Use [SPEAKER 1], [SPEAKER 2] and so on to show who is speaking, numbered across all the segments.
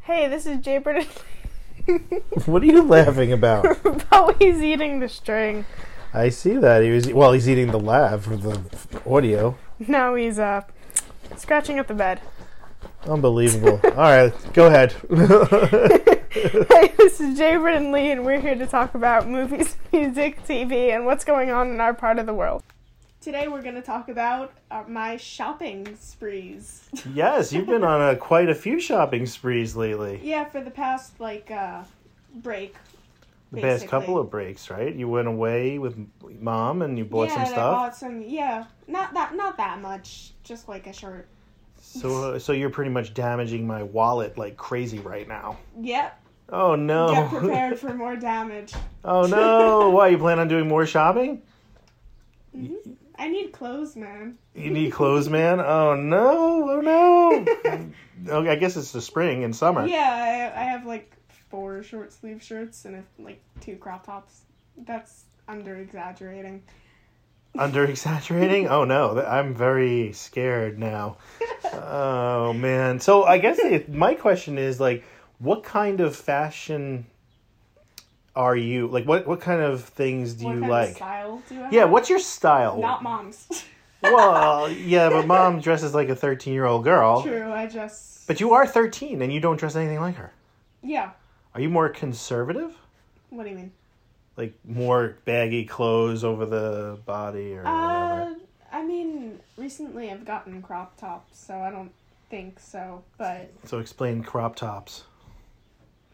[SPEAKER 1] Hey, this is Jaybird
[SPEAKER 2] What are you laughing about?
[SPEAKER 1] and Bowie's eating the string.
[SPEAKER 2] I see that he was. Well, he's eating the lav for the audio.
[SPEAKER 1] Now he's uh scratching at the bed.
[SPEAKER 2] Unbelievable. All right, go ahead.
[SPEAKER 1] hey, this is Jaybird and Lee, and we're here to talk about movies, music, TV, and what's going on in our part of the world. Today we're going to talk about uh, my shopping sprees.
[SPEAKER 2] yes, you've been on a, quite a few shopping sprees lately.
[SPEAKER 1] yeah, for the past like uh break.
[SPEAKER 2] The past couple of breaks, right? You went away with mom and you bought
[SPEAKER 1] yeah,
[SPEAKER 2] some
[SPEAKER 1] and
[SPEAKER 2] stuff.
[SPEAKER 1] I bought some. Yeah, not that not that much. Just like a shirt.
[SPEAKER 2] So, uh, so you're pretty much damaging my wallet like crazy right now.
[SPEAKER 1] Yep.
[SPEAKER 2] Oh no!
[SPEAKER 1] Get prepared for more damage.
[SPEAKER 2] oh no! Why you plan on doing more shopping?
[SPEAKER 1] I need clothes, man.
[SPEAKER 2] You need clothes, man. Oh no! Oh no! okay, I guess it's the spring and summer.
[SPEAKER 1] Yeah, I, I have like four short sleeve shirts and like two crop tops. That's under exaggerating.
[SPEAKER 2] Under exaggerating? Oh no! Th- I'm very scared now. Oh man! So I guess it, my question is like, what kind of fashion are you like? What what kind of things do
[SPEAKER 1] what
[SPEAKER 2] you
[SPEAKER 1] kind
[SPEAKER 2] like?
[SPEAKER 1] of style do I
[SPEAKER 2] yeah,
[SPEAKER 1] have?
[SPEAKER 2] what's your style?
[SPEAKER 1] Not mom's.
[SPEAKER 2] well, yeah, but mom dresses like a 13 year old girl.
[SPEAKER 1] True, I just.
[SPEAKER 2] But you are 13 and you don't dress anything like her.
[SPEAKER 1] Yeah.
[SPEAKER 2] Are you more conservative?
[SPEAKER 1] What do you mean?
[SPEAKER 2] Like more baggy clothes over the body or
[SPEAKER 1] Uh,
[SPEAKER 2] whatever?
[SPEAKER 1] I mean, recently I've gotten crop tops, so I don't think so, but
[SPEAKER 2] So explain crop tops.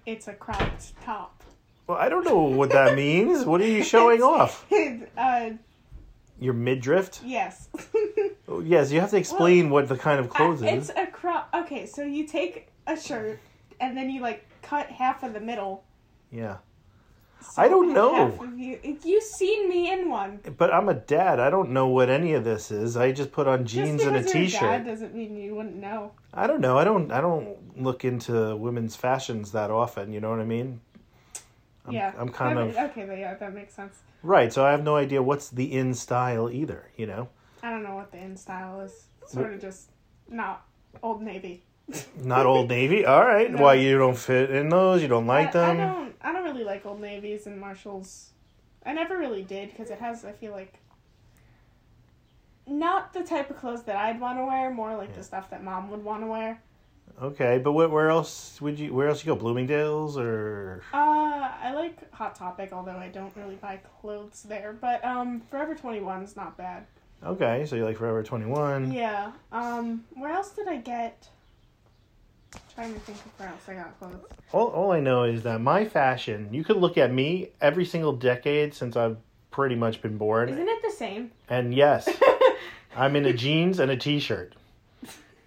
[SPEAKER 1] it's a cropped top.
[SPEAKER 2] Well, I don't know what that means. What are you showing off?
[SPEAKER 1] uh,
[SPEAKER 2] Your midriff?
[SPEAKER 1] yes.
[SPEAKER 2] Oh, Yes, you have to explain what the kind of clothes
[SPEAKER 1] it's
[SPEAKER 2] is.
[SPEAKER 1] a crop. Okay, so you take a shirt and then you like cut half of the middle.
[SPEAKER 2] Yeah.
[SPEAKER 1] so
[SPEAKER 2] I don't know.
[SPEAKER 1] half of You, you seen me in one.
[SPEAKER 2] But I'm a dad. I don't know what any of this is. I just put on jeans
[SPEAKER 1] Just
[SPEAKER 2] and a
[SPEAKER 1] because you're
[SPEAKER 2] t
[SPEAKER 1] dad
[SPEAKER 2] shirt.
[SPEAKER 1] doesn't mean you wouldn't know.
[SPEAKER 2] I don't know. I don't. I don't look into women's fashions that often. You know what I mean? I'm,
[SPEAKER 1] yeah,
[SPEAKER 2] I'm kind
[SPEAKER 1] That
[SPEAKER 2] of
[SPEAKER 1] ma- okay, but yeah, that makes sense.
[SPEAKER 2] right. So I have no idea what's the in style either. You know,
[SPEAKER 1] I don't know what the in style is. Sort of just not Old Navy.
[SPEAKER 2] not Old Navy. All right.
[SPEAKER 1] No.
[SPEAKER 2] Why you don't fit in those? You don't like
[SPEAKER 1] I, I
[SPEAKER 2] them?
[SPEAKER 1] don't. I don't really like Old Navies and Marshalls. I never really did because it has. I feel like not the type of clothes that I'd want to wear. More like the stuff that Mom would want to wear.
[SPEAKER 2] Okay, but where, where else would you? Where else you go? Bloomingdale's or
[SPEAKER 1] Uh, I like Hot Topic, although I don't really buy clothes there. But um, Forever Twenty One's not bad.
[SPEAKER 2] okay? So you like Forever Twenty One?
[SPEAKER 1] Yeah. Um, where else did I get? trying to think of where else I got clothes.
[SPEAKER 2] All, all I know is that my fashion. You could look at me every single decade since I've pretty much been born,
[SPEAKER 1] Isn't it the same?
[SPEAKER 2] and yes. I'm in a jeans and a t-shirt.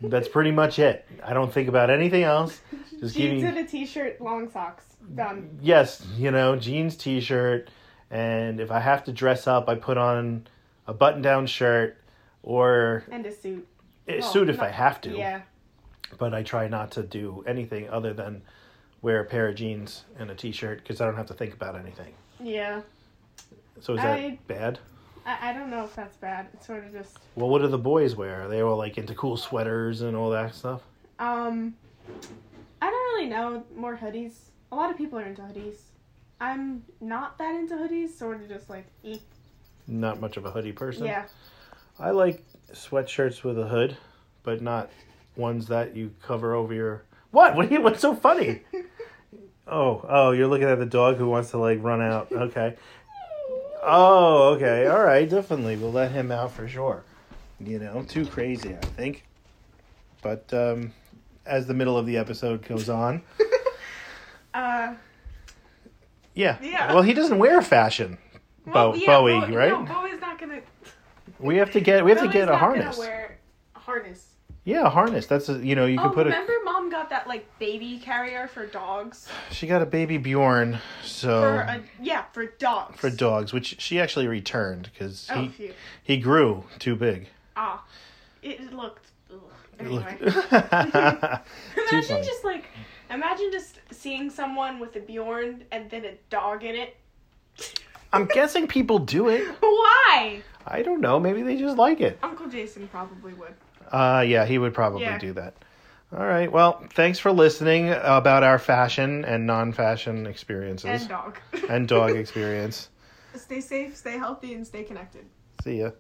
[SPEAKER 2] That's pretty much it. I don't think about anything else. Just
[SPEAKER 1] Jeans
[SPEAKER 2] giving
[SPEAKER 1] and a t-shirt, long socks. Done.
[SPEAKER 2] yes, you know, jeans, t-shirt, and if I have to dress up, I put on a button-down shirt or
[SPEAKER 1] And a suit.
[SPEAKER 2] a
[SPEAKER 1] Well,
[SPEAKER 2] suit if
[SPEAKER 1] not-
[SPEAKER 2] I have to.
[SPEAKER 1] Yeah.
[SPEAKER 2] But I try not to do anything other than wear a pair of jeans and a t-shirt because I don't have to think about anything.
[SPEAKER 1] Yeah.
[SPEAKER 2] So is that
[SPEAKER 1] I-
[SPEAKER 2] bad?
[SPEAKER 1] I, I don't know if that's bad. It's sort of just
[SPEAKER 2] Well, what do the boys wear? Are they all like into cool sweaters and all that stuff?
[SPEAKER 1] um I don't really know more hoodies. A lot of people are into hoodies. I'm not that into hoodies, sort of just like eh.
[SPEAKER 2] Not much of a hoodie person.
[SPEAKER 1] yeah.
[SPEAKER 2] I like sweatshirts with a hood, but not ones that you cover over your. What? What? Are you, what's so funny? oh, oh, you're looking at the dog who wants to like run out. Okay. Oh, okay. All right. Definitely, we'll let him out for sure. You know, too crazy, I think. But um, as the middle of the episode goes on,
[SPEAKER 1] Uh
[SPEAKER 2] yeah.
[SPEAKER 1] Yeah.
[SPEAKER 2] Well, he doesn't wear fashion. Bo-
[SPEAKER 1] well, yeah,
[SPEAKER 2] Bowie,
[SPEAKER 1] Bo-
[SPEAKER 2] right?
[SPEAKER 1] No, Bowie's not gonna
[SPEAKER 2] We have to get. We have
[SPEAKER 1] Bowie's
[SPEAKER 2] to get a
[SPEAKER 1] not gonna
[SPEAKER 2] harness.
[SPEAKER 1] wear a harness.
[SPEAKER 2] Yeah, a harness. That's a, you know you
[SPEAKER 1] oh,
[SPEAKER 2] can put a.
[SPEAKER 1] remember mom got that like baby carrier for dogs?
[SPEAKER 2] She got a baby Bjorn, so
[SPEAKER 1] For a, yeah, for dogs.
[SPEAKER 2] Oh. for dogs, which she actually returned because
[SPEAKER 1] Oh,
[SPEAKER 2] he
[SPEAKER 1] phew.
[SPEAKER 2] he grew too big.
[SPEAKER 1] Ah. It looked ugh.
[SPEAKER 2] Look.
[SPEAKER 1] Anyway.
[SPEAKER 2] Too
[SPEAKER 1] Imagine
[SPEAKER 2] funny.
[SPEAKER 1] just like, imagine just seeing someone with a Bjorn and then a dog in it.
[SPEAKER 2] I'm guessing people do it.
[SPEAKER 1] Why?
[SPEAKER 2] I don't know. Maybe they just like it.
[SPEAKER 1] Uncle Jason probably would.
[SPEAKER 2] Uh, yeah, he would probably
[SPEAKER 1] Yeah.
[SPEAKER 2] do that. All right. Well, thanks for listening about our fashion and non-fashion experiences
[SPEAKER 1] And dog.
[SPEAKER 2] and dog experience.
[SPEAKER 1] stay safe, stay healthy, and stay connected.
[SPEAKER 2] See ya.